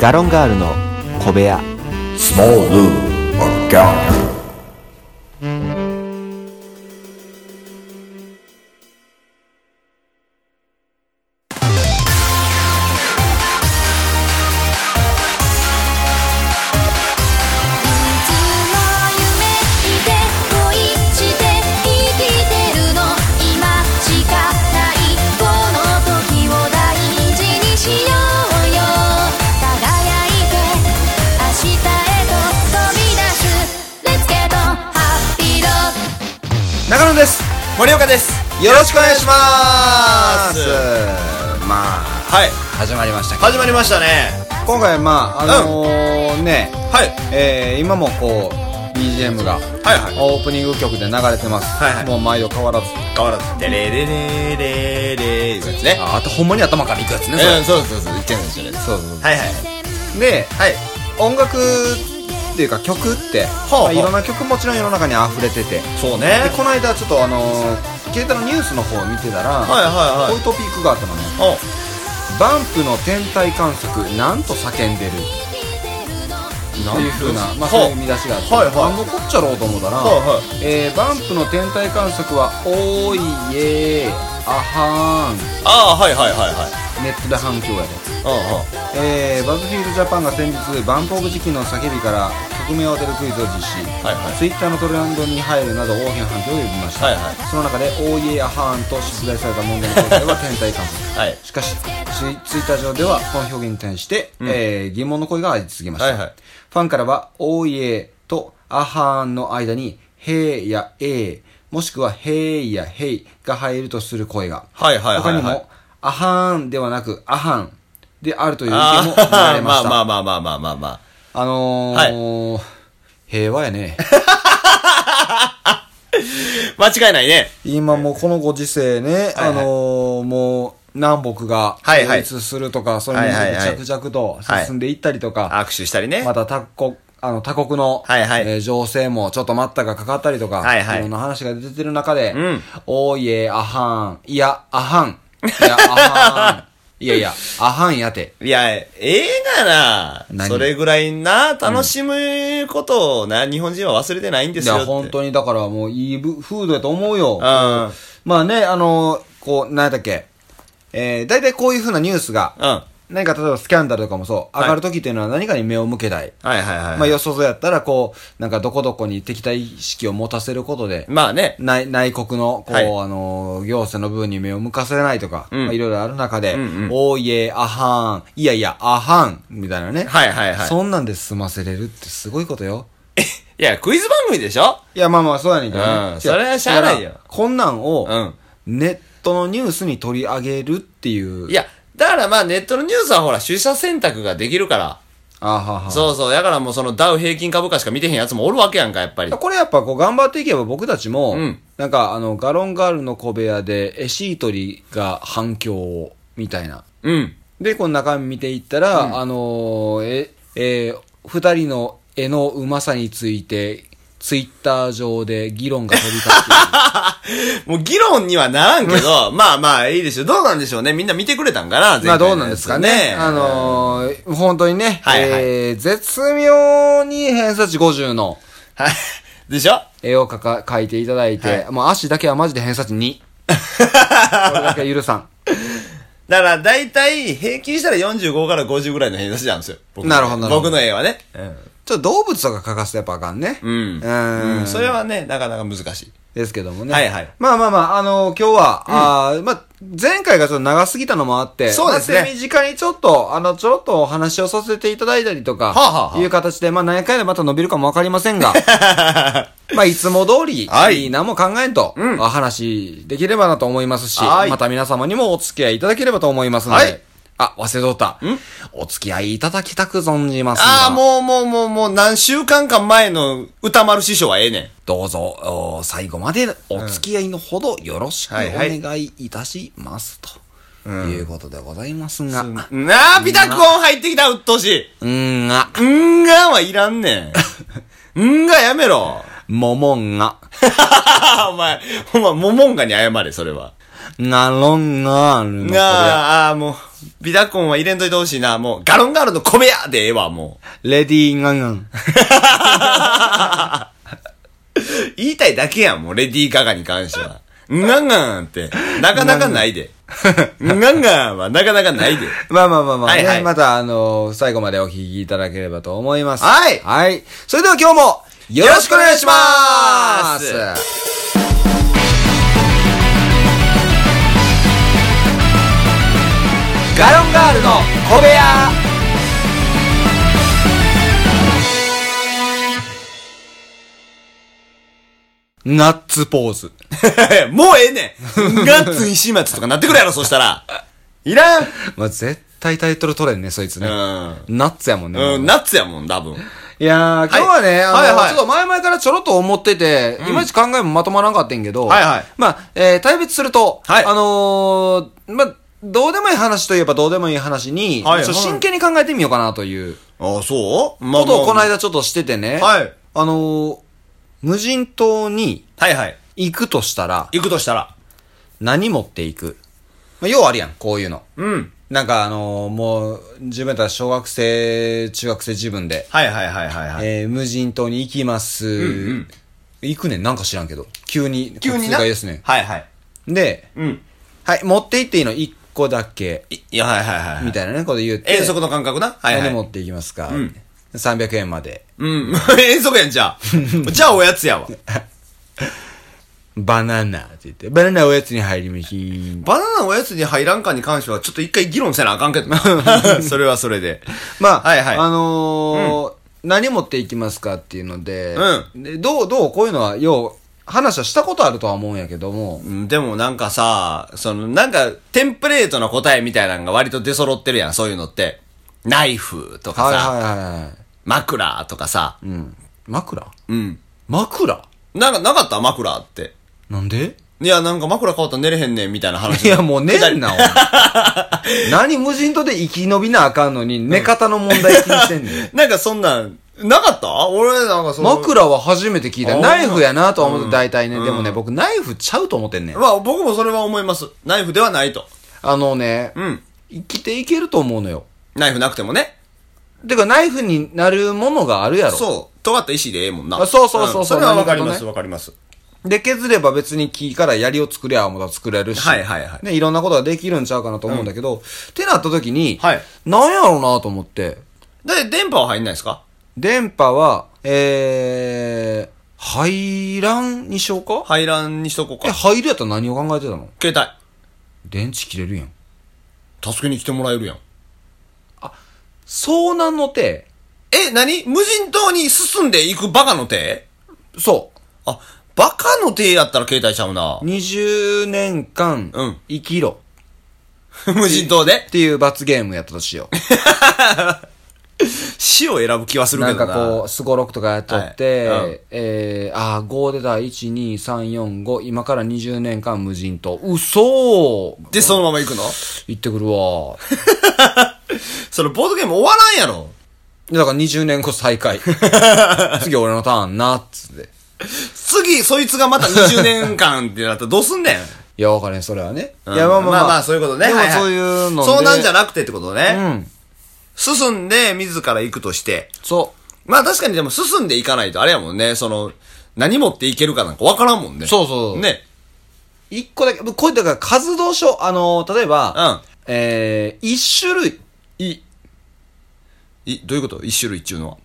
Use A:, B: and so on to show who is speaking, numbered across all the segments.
A: ガロンガールの小部屋
B: Small Lou McGallagher.
C: いつも夢見て恋して生きてるの今しかないこの時を大事にしようよ輝いて明日へと飛び出す Let's get on happy road
D: 中野です
E: 森岡です
D: よろしくお願いしま
E: お願い
D: す
E: し
D: まあ
E: はい
D: 始まりましたけど
E: 始まりましたね
D: 今回まああのーね、
E: はい
D: えー今もこう BGM が
E: はいはい
D: オープニング曲で流れてます、
E: はいはい
D: もう毎度変わらず
E: 変わらずレレレレレレいうやつね
D: ああとほんまに頭からいくやつねそれ
E: うんそうそうそう言ってんですよね
D: そうそうそう
E: はいはい
D: で
E: はい
D: 音楽っていうか曲って、
E: あ
D: ま
E: はあ
D: いろんな曲もちろん世の中に溢れてて
E: そうね
D: でこの間ちょっとあのー携帯のニュースの方を見てた
E: は
D: ら、
E: いはいは
D: こう
E: い
D: いうトピックがあったのね
E: お
D: バンプの天体観測なんと叫んでるっていう風な、まあ、そういう見出しがあって、
E: はいはい
D: 何のこっちゃろうと思ったら、
E: はいは
D: えーバンプの天体観測は「おーいえーあはー
E: ああはいはいはいはい
D: ん」ネットで反響やで、
E: うん
D: えーバズフィードジャパンが先日バンプオブチキンの叫びから曲名を当てるクイズを実施、
E: はいはい
D: ツイッターのトレンドに入るなど大きな反響を呼びました、
E: はいはい
D: その中で「おーいえーあはーん」と出題された問題の答えは天体観測
E: はい
D: しかしツイ、ツイッター上では、この表現に対して、えー疑問の声が相次ぎました。
E: はいはい
D: ファンからは、おーいえーと、あはーんの間に、へーやえー、もしくは、へーやへいが入るとする声が。
E: はいはいはいはい
D: 他にも、あはーんではなく、あはんであるという意見
E: あ
D: も見ら
E: あ
D: れま
E: ま
D: し
E: あ
D: た。
E: まあまあまあまあまあまあ
D: あのー平和やね。
E: 間違いないね
D: 今もうこのご時世ね、
E: はいはい
D: あのーもう、南北が、
E: はいはい
D: 統一するとか、そういうの
E: はいはいはい
D: が着々と進んでいったりとか、
E: 握手したりね
D: また他国、あの、他国の、
E: はいはい
D: えー情勢もちょっと待ったがかかったりとか、
E: はいはい
D: ろんな話が出てる中で、
E: ん
D: おーいえ、あはん、いや、あはん、いや、あ はん、いやいや、あはんやて。
E: いや、ええがな、
D: 何
E: それぐらいな、楽しむことをな、日本人は忘れてないんで
D: い
E: すよって。
D: や、本当にだからもういいぶ風土やと思うよ。
E: うん。
D: まあね、あの、こう、なんやったっけ、えー、大体こういう風なニュースが、
E: うん。
D: 何か例えばスキャンダルとかもそう、
E: はい
D: 上がる時っていうのは何かに目を向けたい。
E: はいはいはい。
D: まあ、よそぞやったら、こう、なんかどこどこに敵対意識を持たせることで、
E: まあね。
D: 内内国の、こう、
E: はい
D: あのー、行政の部分に目を向かせないとか、
E: うん
D: まあいろいろある中で、
E: うんうん
D: おーいえ、あはーん、いやいや、あはん、みたいなね。
E: はいはいはい。
D: そんなんで済ませれるってすごいことよ。
E: いや、クイズ番組でしょ
D: いや、まあまあ、そうやねんけどね。
E: うんそれはしゃあないよ
D: だからこんなん
E: う
D: を
E: ん、
D: ネットのニュースに取り上げるっていう。
E: い、や、だからまあネットのニュースはほら、取捨選択ができるから。
D: あはは。
E: そうそう。だからもうそのダウ平均株価しか見てへんやつもおるわけやんか、やっぱり。
D: これやっぱこう頑張っていけば僕たちも、
E: うん
D: なんかあの、ガロンガールの小部屋で、エシートリが反響を、みたいな。
E: うん。
D: で、この中身見ていったら、あのーえ、えー二人の絵のうまさについて、ツイッター上で議論が飛び交っている。
E: もう議論にはならんけ ど、まあまあいいでしょう。どうなんでしょうね。みんな見てくれたんかな、
D: まあどうなんですかね。あのー本当にね、
E: はいはい
D: えー絶妙に偏差値50の
E: はい。でしょ
D: 絵を描か描いていただいて、
E: はい
D: もう足だけはマジで偏差値2。これだけは許さん。
E: だから、だいたい平均したら45から50ぐらいの偏差値なんですよ。僕の
D: なるほどなるほど
E: 僕の絵はね。
D: ちょっと動物とか描かせてやっぱあかんね。
E: うん。
D: うん。
E: うんそれはね、なかなか難しい。
D: ですけどもね。
E: はいはい
D: まあまあまあ、あの今日は、あーまあ、前回がちょっと長すぎたのもあって、
E: そうですね
D: まあ手短にちょっと、あの、ちょろっとお話をさせていただいたりと
E: は
D: か、
E: あはあはあ
D: いう形で、まあ何回でまた伸びるかもわかりませ んが、まあいつも通り、
E: はい
D: 何も考えんと、
E: うん
D: お話できればなと思いますし、
E: はい
D: また皆様にもお付き合いいただければと思いますので、
E: はい
D: あ、忘れとった。お付き合いいただきたく存じますが。
E: ああ、もうもうもうもう何週間か前の歌丸師匠はええねん。
D: どうぞ、お最後までお付き合いのほどよろしくお
E: はいはい
D: 願いいたします、ということでございますが、うん、
E: なあ、ピタック音入ってきた、うっとうしい。
D: うんが、
E: うんがはいらん ねん。うんがやめろ。
D: ももんが、
E: ああ、お前、お前、モモンガに謝れ、それは。
D: なろんがあるのこれ
E: がああ、もう、ビタコンは入れんといてほしいな。もう、ガロンガールの米やでええわ、も
D: レディーガンガン。
E: う。言いたいだけやん、もう、レディーガガに関しては。ガンガンって、なかなかないで。ガンガンはなかなかないで。
D: まあまあまあまあね、
E: はいはい
D: またあのー最後までお聞きいただければと思います。
E: はい
D: はい。それでは今日も、よろしくお願いします
E: よろしくお願いし
D: ガロンガールの小部屋ナッツポー ズ。
E: もうええねん。ガッツ石松とかなってくるやろ、そしたら。いらん。
D: まあ、絶対タイトル取れんね、そいつね。
E: う
D: ナッツやもんね。
E: ん。うん、ナッツやもん、多分。
D: いやー、今日はね、あの、
E: はいはい
D: ちょっと前々からちょろっと思ってて、いまいち考えもまとまらんかったんやけど、
E: はいはい
D: まあ、えー、対別すると、
E: はい
D: あのー、まあ、どうでもいい話といえばどうでもいい話に、
E: はいはい
D: ちょっと真剣に考えてみようかなという
E: ああ、そうまあ
D: ことをこの
E: まあ
D: 間ちょっとしててね、
E: はい
D: あのー、無人島に
E: はいはい。
D: 行くとしたら、
E: 行くとしたら。
D: 何持っていくまあ、ようあるやん、こういうの。
E: うん。
D: なんかあのー、もう、自分やったら小学生、中学生自分で、
E: はいはいはいはいはい。
D: えー無人島に行きます。行くねん、なんか知らんけど。急に、こっちがいいですね。
E: はいはい。
D: で、
E: うん。
D: はい、持って行っていいの1個だけ、
E: いいや、はいはいはいはい。
D: みたいなね、こと言って。
E: 遠足の感覚な。はいはい。
D: 何持っていきますか、
E: ん
D: ?300 円まで。
E: うん。 遠足やん、じゃあ。 じゃあおやつやわ。
D: バナナって言って。バナナおやつに入ります。
E: バナナおやつに入らんかに関しては、ちょっと一回議論せなあかんけ どな。それはそれで。
D: まあ、
E: はいはい
D: あのー何持っていきますかっていうので、
E: う
D: でどう、どう、こういうのは、よう、話はしたことあるとは思うんやけども、
E: うんでもなんかさ、その、なんか、テンプレートな答えみたいなのが割と出揃ってるやん、そういうのって。ナイフとか
D: はい
E: さ、
D: はいはいはい。
E: 枕とかさ。
D: うん。枕
E: うん。
D: 枕
E: なんか、なかった枕って。
D: なんで
E: いや、なんか枕変わったら寝れへんねん、みたいな話。
D: いや、もう寝るな、お前何無人島で生き延びなあかんのに、寝方の問題気にしてんねん。
E: なんかそんなん、なかった俺、なんかその。
D: 枕は初めて聞いた。
E: あ
D: ナイフやなとは思っ
E: う
D: て、
E: ん
D: 大体ね。
E: うん
D: でもね、僕、ナイフちゃうと思ってんねん。
E: まあ、僕もそれは思います。ナイフではないと。
D: あのね、
E: うん。
D: 生きていけると思うのよ。
E: ナイフなくてもね。
D: てか、ナイフになるものがあるやろ。
E: そう。尖った石でええもんな。
D: あそうそうそうそうん
E: それはわかり
D: な
E: ま
D: るほ
E: す、
D: ど
E: わかります。
D: で、削れば別に木から槍を作りゃ、また作れるし。
E: はいはいはい
D: ね、いろんなことができるんちゃうかなと思うんだけど、ってなった時に、
E: はい
D: なんやろうなと思って、
E: で、電波は入んないですか
D: 電波は、えー、入らんにしようか
E: 入らんにしとこう
D: え、
E: か。
D: 入るやったら何を考えてたの
E: 携
D: 電池切れるやん。
E: 帯。助けに来てもらえるやん。
D: 遭難の手
E: え、何無人島に進んでいくバカの手
D: そ
E: あ、バカの手やったら携帯ちゃうな
D: う。。20年間
E: うん、
D: 生きろ。
E: 無人島で
D: っ。ていう罰ゲームやったとし よ
E: 死を選ぶ気はす
D: う。
E: るけど
D: なん
E: な。
D: かこう、スゴロクとかやっとって、
E: はいうん
D: えー、あー、5出た、1、2、3、4、5、今から20年間無人島。嘘ー
E: で、そのまま行くの
D: 行ってくるわ ー。
E: それ、ボードゲーム終わらんやろ。
D: だから20年後再 開。次俺のターンな、っつって。
E: 次、そいつがまた20年間ってなったらどうすんねん。
D: いや、わかるね、それはね。
E: うん
D: いや、まあまあ
E: まあまあ、そういうことね。
D: でも
E: はは
D: そういうので
E: そうなんじゃなくてってことね。
D: うん。
E: 進んで、自ら行くとして。
D: そ
E: まあ確かにでも進んでいかないと、あれやもんね、その、何持っていけるかなんかわからんもんね。
D: そうそう
E: ね。
D: う。一個だけ、こういったから活動書、あのー、例えば、
E: うん
D: えー、一種類。
E: い、い、どういうこと一種類っちゅうのは。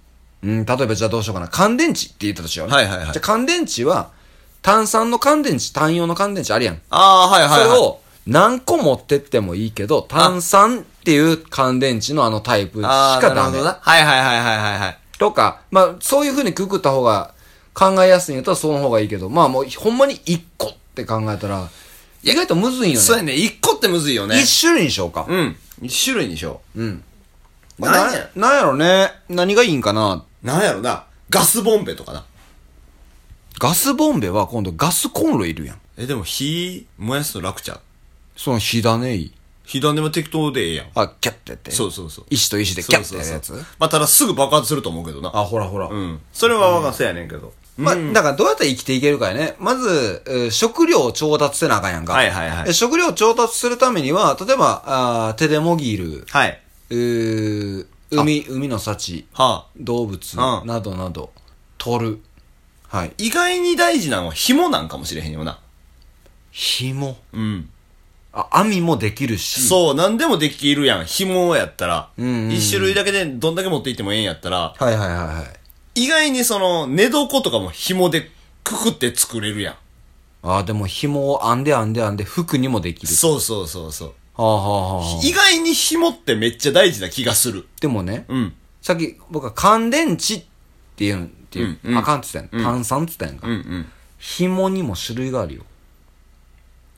D: うん、例えばじゃあどうしようかな。乾電池って言ったとしようね。
E: はいはいはい
D: じゃあ乾電池は、炭酸の乾電池、炭用の乾電池あるやん。
E: ああ、はいはい、はい。
D: それを何個持ってってもいいけど、炭酸っていう乾電池のあのタイプし
E: あ
D: か
E: あ、なる
D: ダ
E: ほ
D: メ
E: ど。な。はいはいはいはいはいはい。
D: とか、まあ、そういう風にくくった方が、考えやすいんやったらその方がいいけど、まあもう、ほんまに一個って考えたら、意外とむずいよ
E: そうや
D: ね。
E: ね、一個ってむずいよね。
D: 一種類にしようか。
E: うん。一種類にしよう。うん。
D: な
E: なんや
D: なんやろね。何がいいんかな。
E: なんやろな。ガスボンベとかな。
D: ガスボンベは今度ガスコンロいるやん。
E: え、でも火燃やすの楽ちゃう。
D: その火種いい。
E: 火種は適当でええやん。
D: あ、キャッてやって。
E: そうそうそう。
D: 石と石でキャッてやるやつ
E: そうそうそうまあ、ただすぐ爆発すると思うけどな。
D: あ、ほらほら。
E: うん。それは我がせやねんけど。
D: まあ、だからどうやって生きていけるかやね。まず、えー食料を調達せなあかんやんか。
E: はいはいはい
D: で食料を調達するためには、例えば、あー手でもぎる、
E: はい。
D: うー海、海の幸、
E: はあ。
D: 動物
E: うん
D: などなど、取る。はい。
E: 意外に大事なのは紐なんかもしれへんよな。
D: 紐。
E: うん。
D: あ、網もできるし。
E: そう、何でもできるやん。紐やったら。
D: うんうんうん
E: 一種類だけでどんだけ持っていってもええんやったら、
D: はいはいはいはい。
E: 意外にその、寝床とかも紐でくくって作れるやん。
D: ああ、でも紐を編んで編んで編んで服にもできる。
E: そうそうそうそう。
D: はあはあは
E: 意外に紐ってめっちゃ大事な気がする。
D: あ。でもね、
E: うん。
D: さっき僕は乾電池っていうの、っていう、
E: うんうん
D: あかんって言ったやん。炭酸って言ったやんか。
E: うんうん。
D: 紐にも種類があるよ。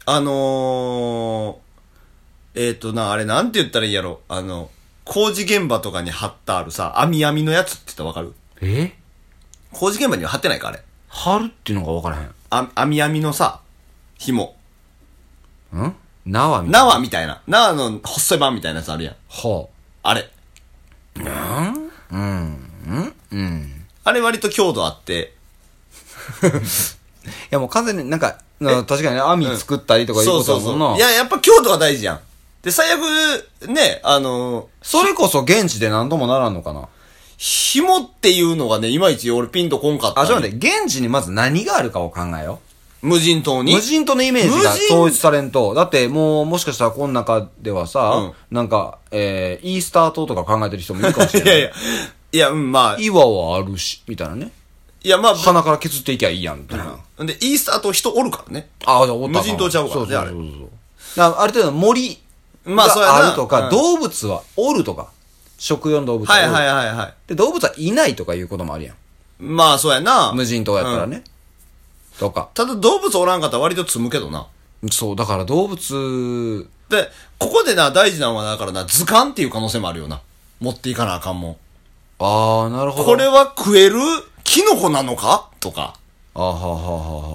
E: あのー、えっ、ー、とな、あれなんて言ったらいいやろ。あの、工事現場とかに貼ったあるさ、網網のやつって言ったらわかる
D: え
E: 工事現場には貼ってないかあれ。
D: 貼るっていうのが分からへん。
E: あ網網のさ、紐。
D: ん縄みたいな。
E: 縄みたいな。縄の細い版みたいなやつあるやん。
D: は
E: あれ。うんうん。うん。あれ割と強度あって。
D: あ。いやもう完全になんか、確かにね網作ったりとかいう
E: そ
D: こ
E: うそう
D: とだもん
E: そ
D: な。
E: う。いや、やっぱ強度が大事やん。で、最悪、ね、あのー、
D: それこそ現地で何ともならんのかな。
E: 紐っていうのがね、いまいち俺ピンとこんかった。
D: あ、ちょっと待って、現地にまず何があるかを考えよ
E: 無人島
D: う。
E: に。
D: 無人島のイメージが
E: 無人
D: 統一されんと。だってもう、もしかしたらこの中ではさ、なんか、えー、イースター島とか考えてる人もいるかもしれ
E: い
D: な
E: や
D: い。
E: いや。いや、うん、まあ。い
D: 岩はあるし、みたいなね。
E: や、まあ、
D: 鼻から削っていきゃいいやん、みたいな。
E: ぶで、イースターと人おるからね。
D: ああ、じゃあ、オタ
E: 無人島ちゃうからね
D: そうそうそうそうだからある程度の森
E: まあそうや
D: が
E: な
D: あるとか、
E: うん
D: 動物はおるとか、食用の動物はお
E: は
D: る
E: いはいはいはい。
D: で、動物はいないとかいうこともあるやん。
E: まあ、そうやな。
D: 無人島やったらね。
E: うん。
D: とか。
E: ただ動物おらんかったら割と積むけどな。
D: そう、だから動物、
E: で、ここでな、大事なのはだからな、図鑑っていう可能性もあるよな。持っていかなあかんもん。
D: ああ、なるほど。
E: これ
D: あ
E: は食えるキノコなのかとか。
D: ーはあはあはあ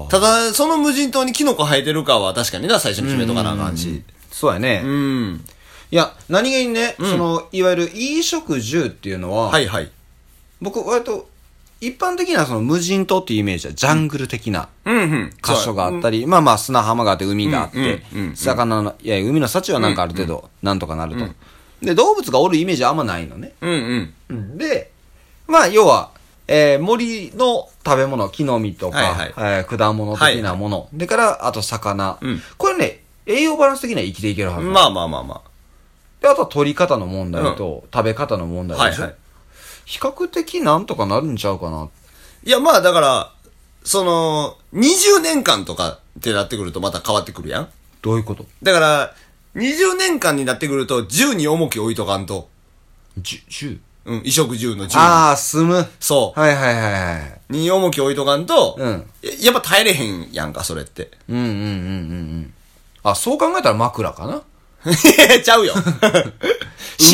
D: はあ
E: ただ、その無人島にキノコ生えてるかは確かにな、最初に決めとかなあかんし。
D: そうやね。
E: うん。
D: いや、何気にね、その、いわゆる衣食住っていうのは、
E: はいはい。
D: 僕、割と、一般的なその無人島っていうイメージは、ジャングル的な。
E: うんうん。
D: 箇所があったり、まあまあ砂浜があって海があって
E: うんうんう、ん
D: 魚の、いや、海の幸はなんかある程度、なんとかなると。で、動物がおるイメージはあんまないのね。
E: うんうん。
D: で、まあ要は、えー森の食べ物、木の実とか、
E: はい
D: えー果物的なもの。でから、あと魚、
E: うん
D: これね、栄養バランス的には生きていけるはず。
E: まあまあまあま
D: で、あとは取り方の問題と、食べ方の問
E: あ。
D: 題
E: はい
D: でしょ、
E: はい。
D: 比較的なんとかなるんちゃうかな。
E: いや、まあだから、その、20年間とかってなってくるとまた変わってくるやん。
D: どういうこと
E: だから、20年間になってくると、10に重き置いとかんと。
D: じゅ、じゅ
E: うん、衣食住の10
D: ああ、住む。
E: そ
D: はいはいはいはい。
E: に。に重き置いとかんと、
D: うん
E: ややっぱ耐えれへんやんか、それって。
D: うんうんうんうんうん。あ、そう考えたら枕かな
E: ちゃう よ。し
D: 羽毛布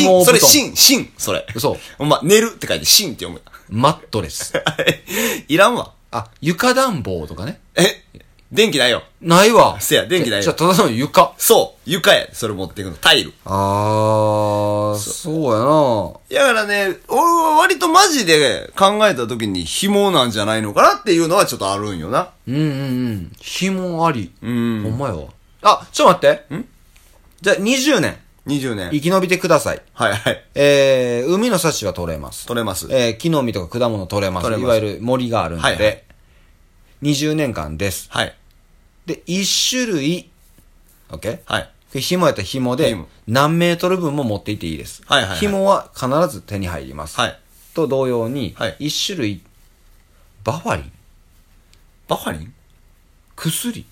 D: 団
E: ん、それ、しん、しん、それ。
D: そう。
E: ほんま、寝るって書いて、しんって読む。
D: マットレス。
E: いらんわ。
D: あ、床暖房とかね。
E: え、電気ないよ。
D: ないわ。
E: せや電気ないよ
D: じゃ、じゃただの床。
E: そう、床や。それ持っていくの、タイル。
D: あー、そう
E: いやだからね、俺は割とマジで考えた時に紐なんじゃないのかなっていうのはちょっとあるんよな。
D: やな。うんうんうん。紐あり。うんほんまやわ。あ、ちょっと待って。んじゃあ、20年、
E: 20
D: 生
E: 年。
D: き延びてください。
E: はいはい。
D: えー、海の幸は取れます。
E: 取れます。
D: えー、木の実とか果物取れます。
E: 取れ
D: い
E: ます
D: わゆる森があるんで。
E: はいはい
D: 20年間です。
E: はい。
D: で、1種類。オッケー
E: はい。
D: で紐やったら紐で
E: 紐、
D: 何メートル分も持っていっていいです。
E: はいはいはい
D: 紐は必ず手に入ります。
E: はい。
D: と同様に、
E: はい
D: 一種類、バファリン、
E: バファリン
D: 薬。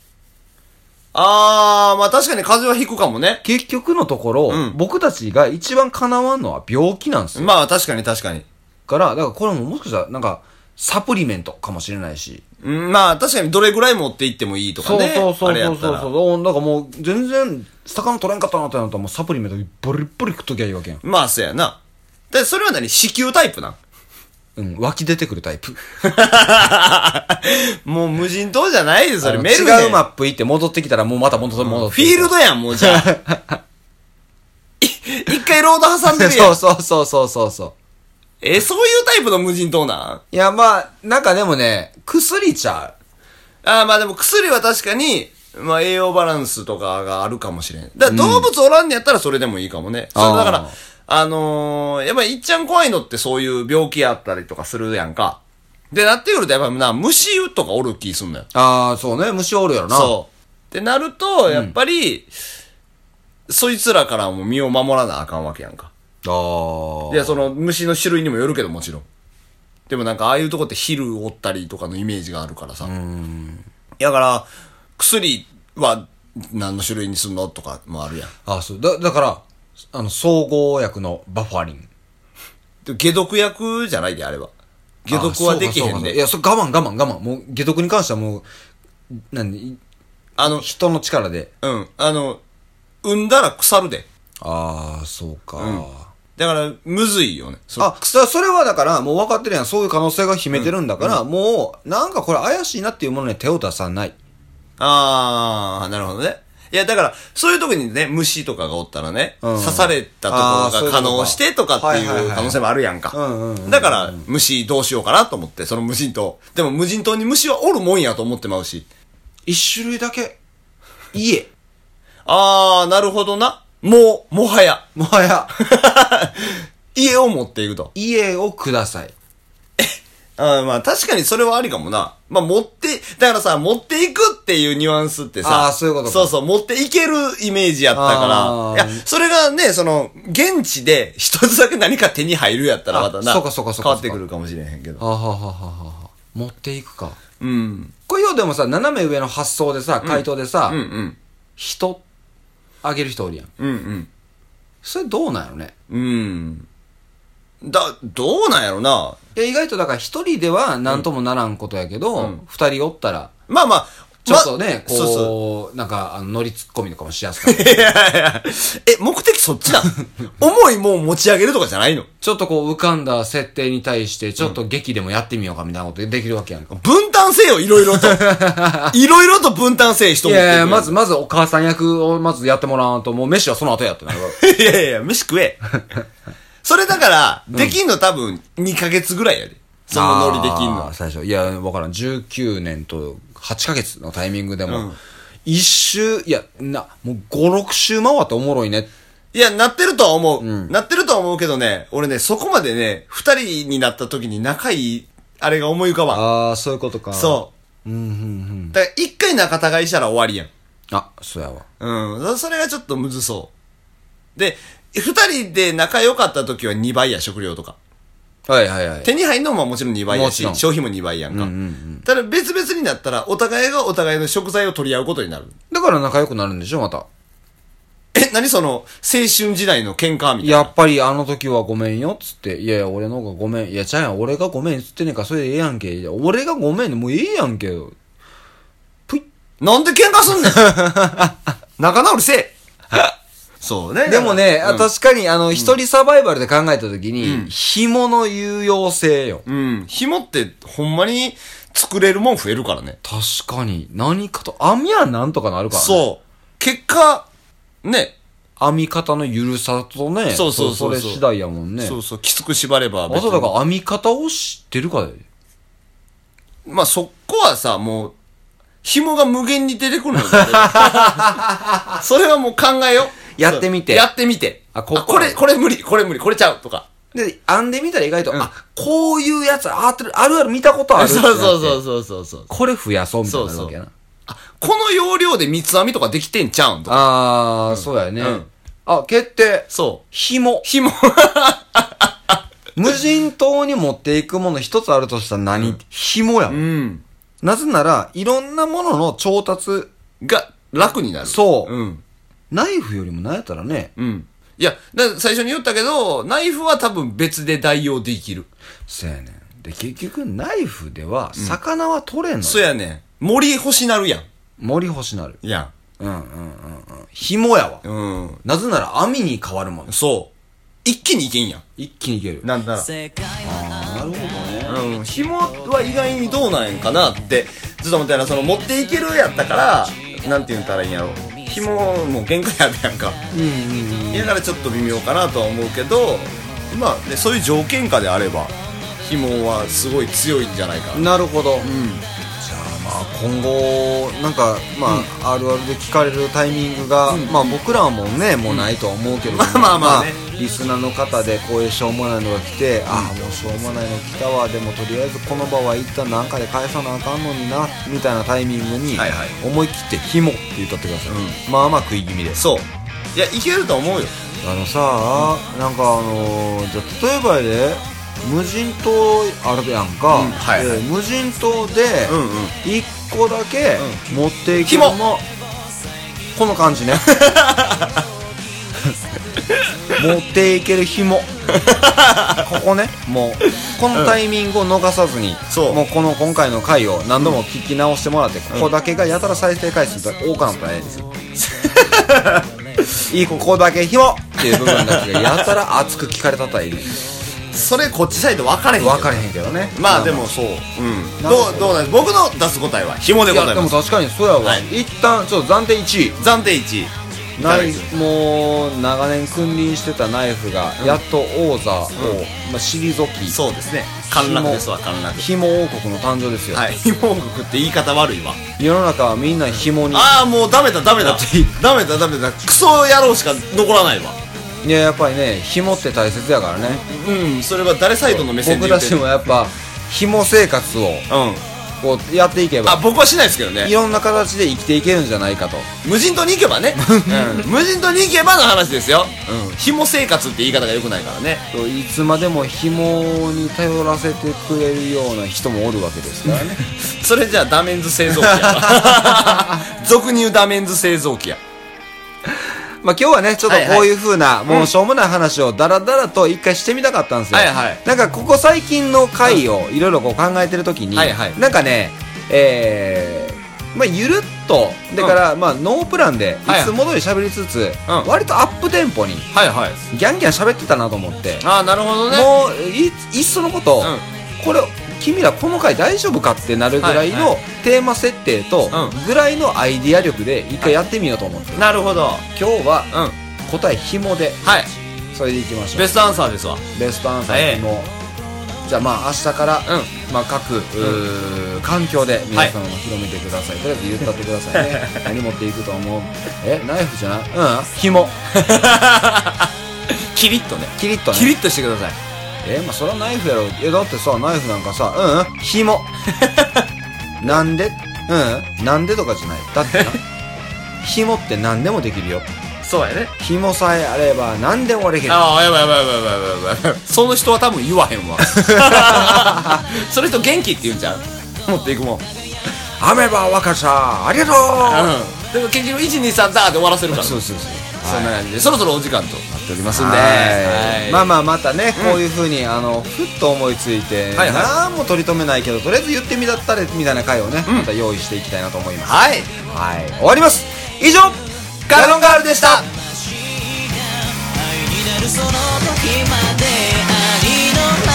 E: あー、まあ確かに風邪は引くかもね。
D: 結局のところ、
E: うん
D: 僕たちが一番叶わんのは病気なんですよ。
E: まあ確かに確かに。
D: から、だからこれももしかしたら、なんか、サプリメントかもしれないし。
E: うん、まあ確かにどれぐらい持っていってもいいとか
D: そう
E: ね。
D: そうそ
E: あ
D: う
E: れ
D: そ
E: や
D: う
E: った
D: そう
E: ら。
D: そう。なんかもう、全然、魚取れんかったなってなったら、もうサプリメントボリッボリ食っときゃいいわけやん。
E: まあそうやな。で、それは何子宮タイプ なん
D: うん、湧き出てくるタイプ。
E: もう無人島じゃないで、それ。
D: あの
E: メルヘン
D: 違うマップ行って戻ってきたら、もうまた戻って戻って
E: フ
D: きて。
E: ィールドやん、もうじゃ あ。い一回ロード挟んでるやん。
D: そうそうそうそうそうそう。
E: え、そういうタイプの無人島なん
D: いや、まあ、なんかでもね、薬ちゃ
E: ああ、まあでも薬は確かに、まあ栄養バランスとかがあるかもしれん。だから動物おらんねやったらそれでもいいかもね。
D: あー
E: そうだから、あのー、やっぱりいっちゃん怖いのってそういう病気やったりとかするやんか。で、なってくるとやっぱな、虫とかおる気すんのよ。
D: う。ああ、そうね、虫おるやろな。
E: そう。ってなると、やっぱり、そいつらからも身を守らなあかんわけやんか。
D: う。ああ。
E: で、その虫の種類にもよるけどもちろん。でもなんかああいうとこって昼おったりとかのイメージがあるからさ。だから、薬は何の種類にすんのとかもあるやん。
D: ああ、そう。だ、だから、あの、総合薬のバファリン。
E: でも解毒薬じゃないであれば。解毒はできへ
D: ああ
E: ん
D: そうかそうかそうか
E: で。
D: いや、それ我慢我慢我慢。もう、解毒に関してはもう、何
E: あの、
D: 人の力で。
E: うん、あの、産んだら腐るで。
D: ああ、そうか。
E: だから、むずいよね。そ
D: あ、そそれはだから、もう分かってるやん。そういう可能性が秘めてるんだから、もう、なんかこれ怪しいなっていうものに手を出さない。
E: あー、なるほどね。いや、だから、そういう時にね、虫とかがおったらね、
D: うん
E: 刺されたとこ
D: あーそうい
E: ろが
D: うこと
E: 可
D: か
E: 能してとかってい
D: はいはいは
E: う
D: い
E: 可能性もあるやん
D: うんうんう
E: か
D: んうん。
E: だから、虫どうしようかなと思って、その無人島。でも無人島に虫はおるもんやと思ってまうし。
D: 一種類だけ、家。
E: あー、なるほどな。もう、もはや、
D: もはや、
E: 家を持っていくと。
D: 家をください。
E: あーまあ確かにそれはありかもな。まあ持って、だからさ、持っていくっていうニュアンスってさ。
D: あーそういうことか
E: そうそう、持っていけるイメージやった
D: あ
E: か
D: ー
E: ら。いや、それがね、その、現地で一つだけ何か手に入るやったらまたな。
D: あそうかそうかそうかそうか
E: 変わってくるかもしれへんけど。
D: はあ、はあはあはあはあ、持っていくか。
E: うん。
D: これよ、でもさ、斜め上の発想でさ、回答でさ、
E: うんうん。
D: 人、あげる人おるやん。
E: うん
D: それどうなんやろね。
E: うん。うん。だ、どうなんやろな。
D: いや、意外とだから一人では何ともならんことやけど、二、人おったら、
E: まあまあ、
D: ちょっとね、
E: まそうそう。
D: こう、なんか、あの、乗りツッコミとかもしやすかったり。
E: いやいやえ、目的そっちだ。 重いもん持ち上げるとかじゃないの
D: ちょっとこう、浮かんだ設定に対して、ちょっと劇でもやってみようかみたいなことできるわけやんか。
E: 分担せよ、いろい ろと。いろいろと分担せえ、人
D: い
E: 持っていく
D: やいや、まず、。まずお母さん役をまずやってもらわんと、もう飯はその後やってなるわ
E: いやいやいや、飯食え。それだから、できんの多分、2ヶ月ぐらいやで。そのノリできん
D: あ
E: の
D: ー。最初。いや、わからん。19年と8ヶ月のタイミングで
E: う
D: も
E: ん、
D: 一周、いや、な、もう5、6周回っておもろいねって
E: いや、なってるとは思う。
D: ん
E: なってるとは思うけどね、俺ね、そこまでね、二人になった時に仲いい、あれが思い浮かばん。
D: ああ、そういうことか。
E: そう。だから、一回仲違いしたら終わりやん。
D: う。あ、そうやわ。
E: うん。そそれがちょっとむずそう。で、二人で仲良かった時は2倍や、食料とか。
D: はいはいはい。
E: 手に入るのももちろん2倍やし、
D: もち
E: 消費も2倍やんか。ただ別々になったら、お互いがお互いの食材を取り合うことになる。
D: だから仲良くなるんでしょ、また。
E: え、何その、青春時代の喧嘩みたいな。
D: やっぱりあの時はごめんよ、つって。いやいや、俺の方がごめん。いや、ちゃうやん、俺がごめん、つってねえから、それでええやんけ。いや俺がごめんでもうええやんけ。ぷい
E: なんで喧嘩すん ねん仲直りせえそうね。
D: でもね、
E: だ
D: あ
E: から
D: 確かに、あの、一人サバイバルで考えた時に、紐の有用性よ。
E: うん。うん。紐って、ほんまに作れるもん増えるからね。
D: 確かに、何かと、網はなんとかなるからね。
E: そう。結果、ね。
D: 編み方のゆるさとね、
E: そうそうそうそう
D: れ次第やもんね。
E: そうそう、きつく縛れば
D: あとだから編み方を知ってるかだよ。
E: まあ、そこはさ、もう、紐が無限に出てくるの よ。それはもう考えよう。
D: やってみて
E: やってみて。
D: あ
E: あ、
D: ここ
E: これ、これ無理、これ無理、これちゃうとか。
D: で、編んでみたら意外と、あ、こういうやつ、ああってる、あるある見たことある
E: そうそうそう
D: う。
E: そうそうそう。
D: これ増やそうみたいになるわけやな。
E: そうあ、この要領で三つ編みとかできてんちゃうんとか。
D: あー、そうやね。
E: うん
D: あ、決定。
E: そう。
D: 紐。
E: 紐。
D: 無人島に持っていくもの一つあるとしたら何、紐やもん
E: うん。
D: なぜなら、いろんなものの調達、
E: が、楽になる。
D: そう
E: うん。
D: ナイフよりもなんやったらね、
E: うん。いや、だ最初に言ったけど、ナイフは多分別で代用できる。
D: そうやねん。で、結局、ナイフでは、魚は取れんのよ、
E: そうやねん。森欲しなるやん。
D: 森欲しなる。
E: や
D: うんうんうんうん。紐やわ。
E: ん。うん。
D: なぜなら、網に変わるもん。
E: そう。一気にいけんやん。
D: 一気にいける。
E: なんだ
D: なるほどね。
E: うん、紐は意外にどうなんやんかなってずっと思ったらその持っていけるやったからなんて言ったらいいんやろ紐もう限界あるやんか、だからちょっと微妙かなとは思うけどまあでそういう条件下であれば非毛はすごい強いんじゃないかな
D: なるほど、じゃあまあ今後なんかまあ、あるあるで聞かれるタイミングが、まあ僕らはもうねもうないとは思うけれども、
E: まあまあまあね
D: リスナーの方でこういうしょうもないのが来て、ああもうしょうもないの来たわでもとりあえずこの場は一旦何かで返さなあかんのになみたいなタイミングに、
E: はいはい
D: 思い切って「ひも」って言ったってください、まあまあ食い気味です
E: そういやいけると思うよ
D: あのさ、なんかあのーじゃあ例えばやで無人島あるやんか、
E: うんはいはい
D: で無人島で
E: うんうん
D: 一個だけ持っていく
E: 紐
D: のも、この感じね 持っていける 紐ここねもうこのタイミングを逃さずに、
E: そう
D: もうこの今回の回を何度も聞き直してもらって、ここだけがやたら再生回数が多くなったらええんですよ 一個だけ紐っていう部分だけがやたら熱く聞かれたったらいいね
E: それこっちサイド分かれへんけど
D: 分かれへんけどね
E: まあでもそう、うん、ど
D: なるほど
E: うどうなんです僕の出す答えは紐で
D: い
E: ござ
D: や
E: い
D: で
E: ま
D: も
E: す
D: 確かにそうやわ、
E: はい
D: 一旦ちょっと暫定1位
E: 暫定1位いた
D: ナ
E: だ
D: イ
E: き
D: フもう長年君臨してたナイフがやっと王座を、まあ、退き
E: そうですね陥落ですわ陥落
D: 紐王国の誕生ですよ、
E: はい紐王国って言い方悪いわ
D: 世の中はみんな紐に
E: ああもうダメだダメだ
D: だっていい
E: ダメだダメだクソ野郎しか残らないわ
D: いややっぱりね紐って大切やからね
E: うんそれは誰サイドの目線で言
D: 僕
E: っ
D: た
E: て
D: ち
E: る
D: もやっぱ紐生活を
E: うん
D: こうやっていけ
E: あ
D: ば
E: 僕はしないですけど
D: い
E: ね
D: ろんな形で生きていけるんじゃないかと
E: 無人島に行けばね、うん、無人島に行けばの話ですよ、うん、紐生活って言い方が良くないからね
D: そういつまでも紐に頼らせてくれるような人もおるわけですからね
E: それじゃあダメンズ製造機や わ俗に言うダメンズ製造機や
D: まあ今日はねちょっと
E: はいはい
D: こういう風な、もうしょうもない話をダラダラと一回してみたかったんですよ、
E: はいはい
D: なんかここ最近の回をいろいろこう考えてる時に、
E: はいはい
D: なんかねえー、まあゆるっとでから、まあノープランで
E: はい
D: いつも通り喋りつつ、
E: うん
D: 割とアップテンポに
E: はいはい
D: ギャンギャン喋ってたなと思って
E: ああなるほどね
D: もういいっそのこと、
E: うん
D: これ君らこの回大丈夫かってなるぐらい
E: はいは
D: のテーマ設定
E: う
D: と
E: ん
D: ぐらいのアイディア力で一回やってみようと思って、
E: なるほど
D: 今日は
E: うん
D: 答え紐で
E: はい
D: それでいきましょう
E: ベストアンサーですわ
D: ベストアンサー紐、じゃあまあ明日から、
E: う
D: まあ、各、うー環境で皆さんも広めてください、とりあえず言ったってくださいね何持っていくと思うえナイフじゃないうん紐
E: キリッとね
D: キリッとね
E: キリッとしてください
D: えーまあそれはナイフやろえだってさナイフなんかさうんうん 紐なんでうんうんなんでとかじゃないだ ってな紐って何でもできるよ
E: そうやね
D: 紐さえあれば何でもできる
E: ああやばいやばいやばいやばいやばいその人は多分言わへんわその人元気って言うんじゃん持っていくもん、うん、
D: 雨ば若さありがと
E: でも結局123だーで終わらせるから
D: うそ
E: そう
D: そうそうん
E: な感じでそろそろお時間となっておりますんで
D: はいまあ
E: ま
D: まあまたね、こういうふうにあのふっと思いついて、
E: はいはい
D: 何も取り留めないけどとりあえず言ってみだったらみたいな回をね、また用意していきたいなと思います
E: あはい
D: はい終わります以上
E: ガロンガールでした
F: 愛になるその時までありのまま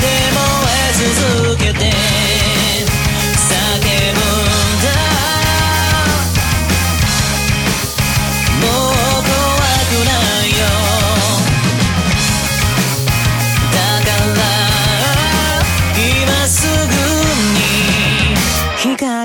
F: で燃え続けて叫ぶんだもう怖くないよだから今すぐに光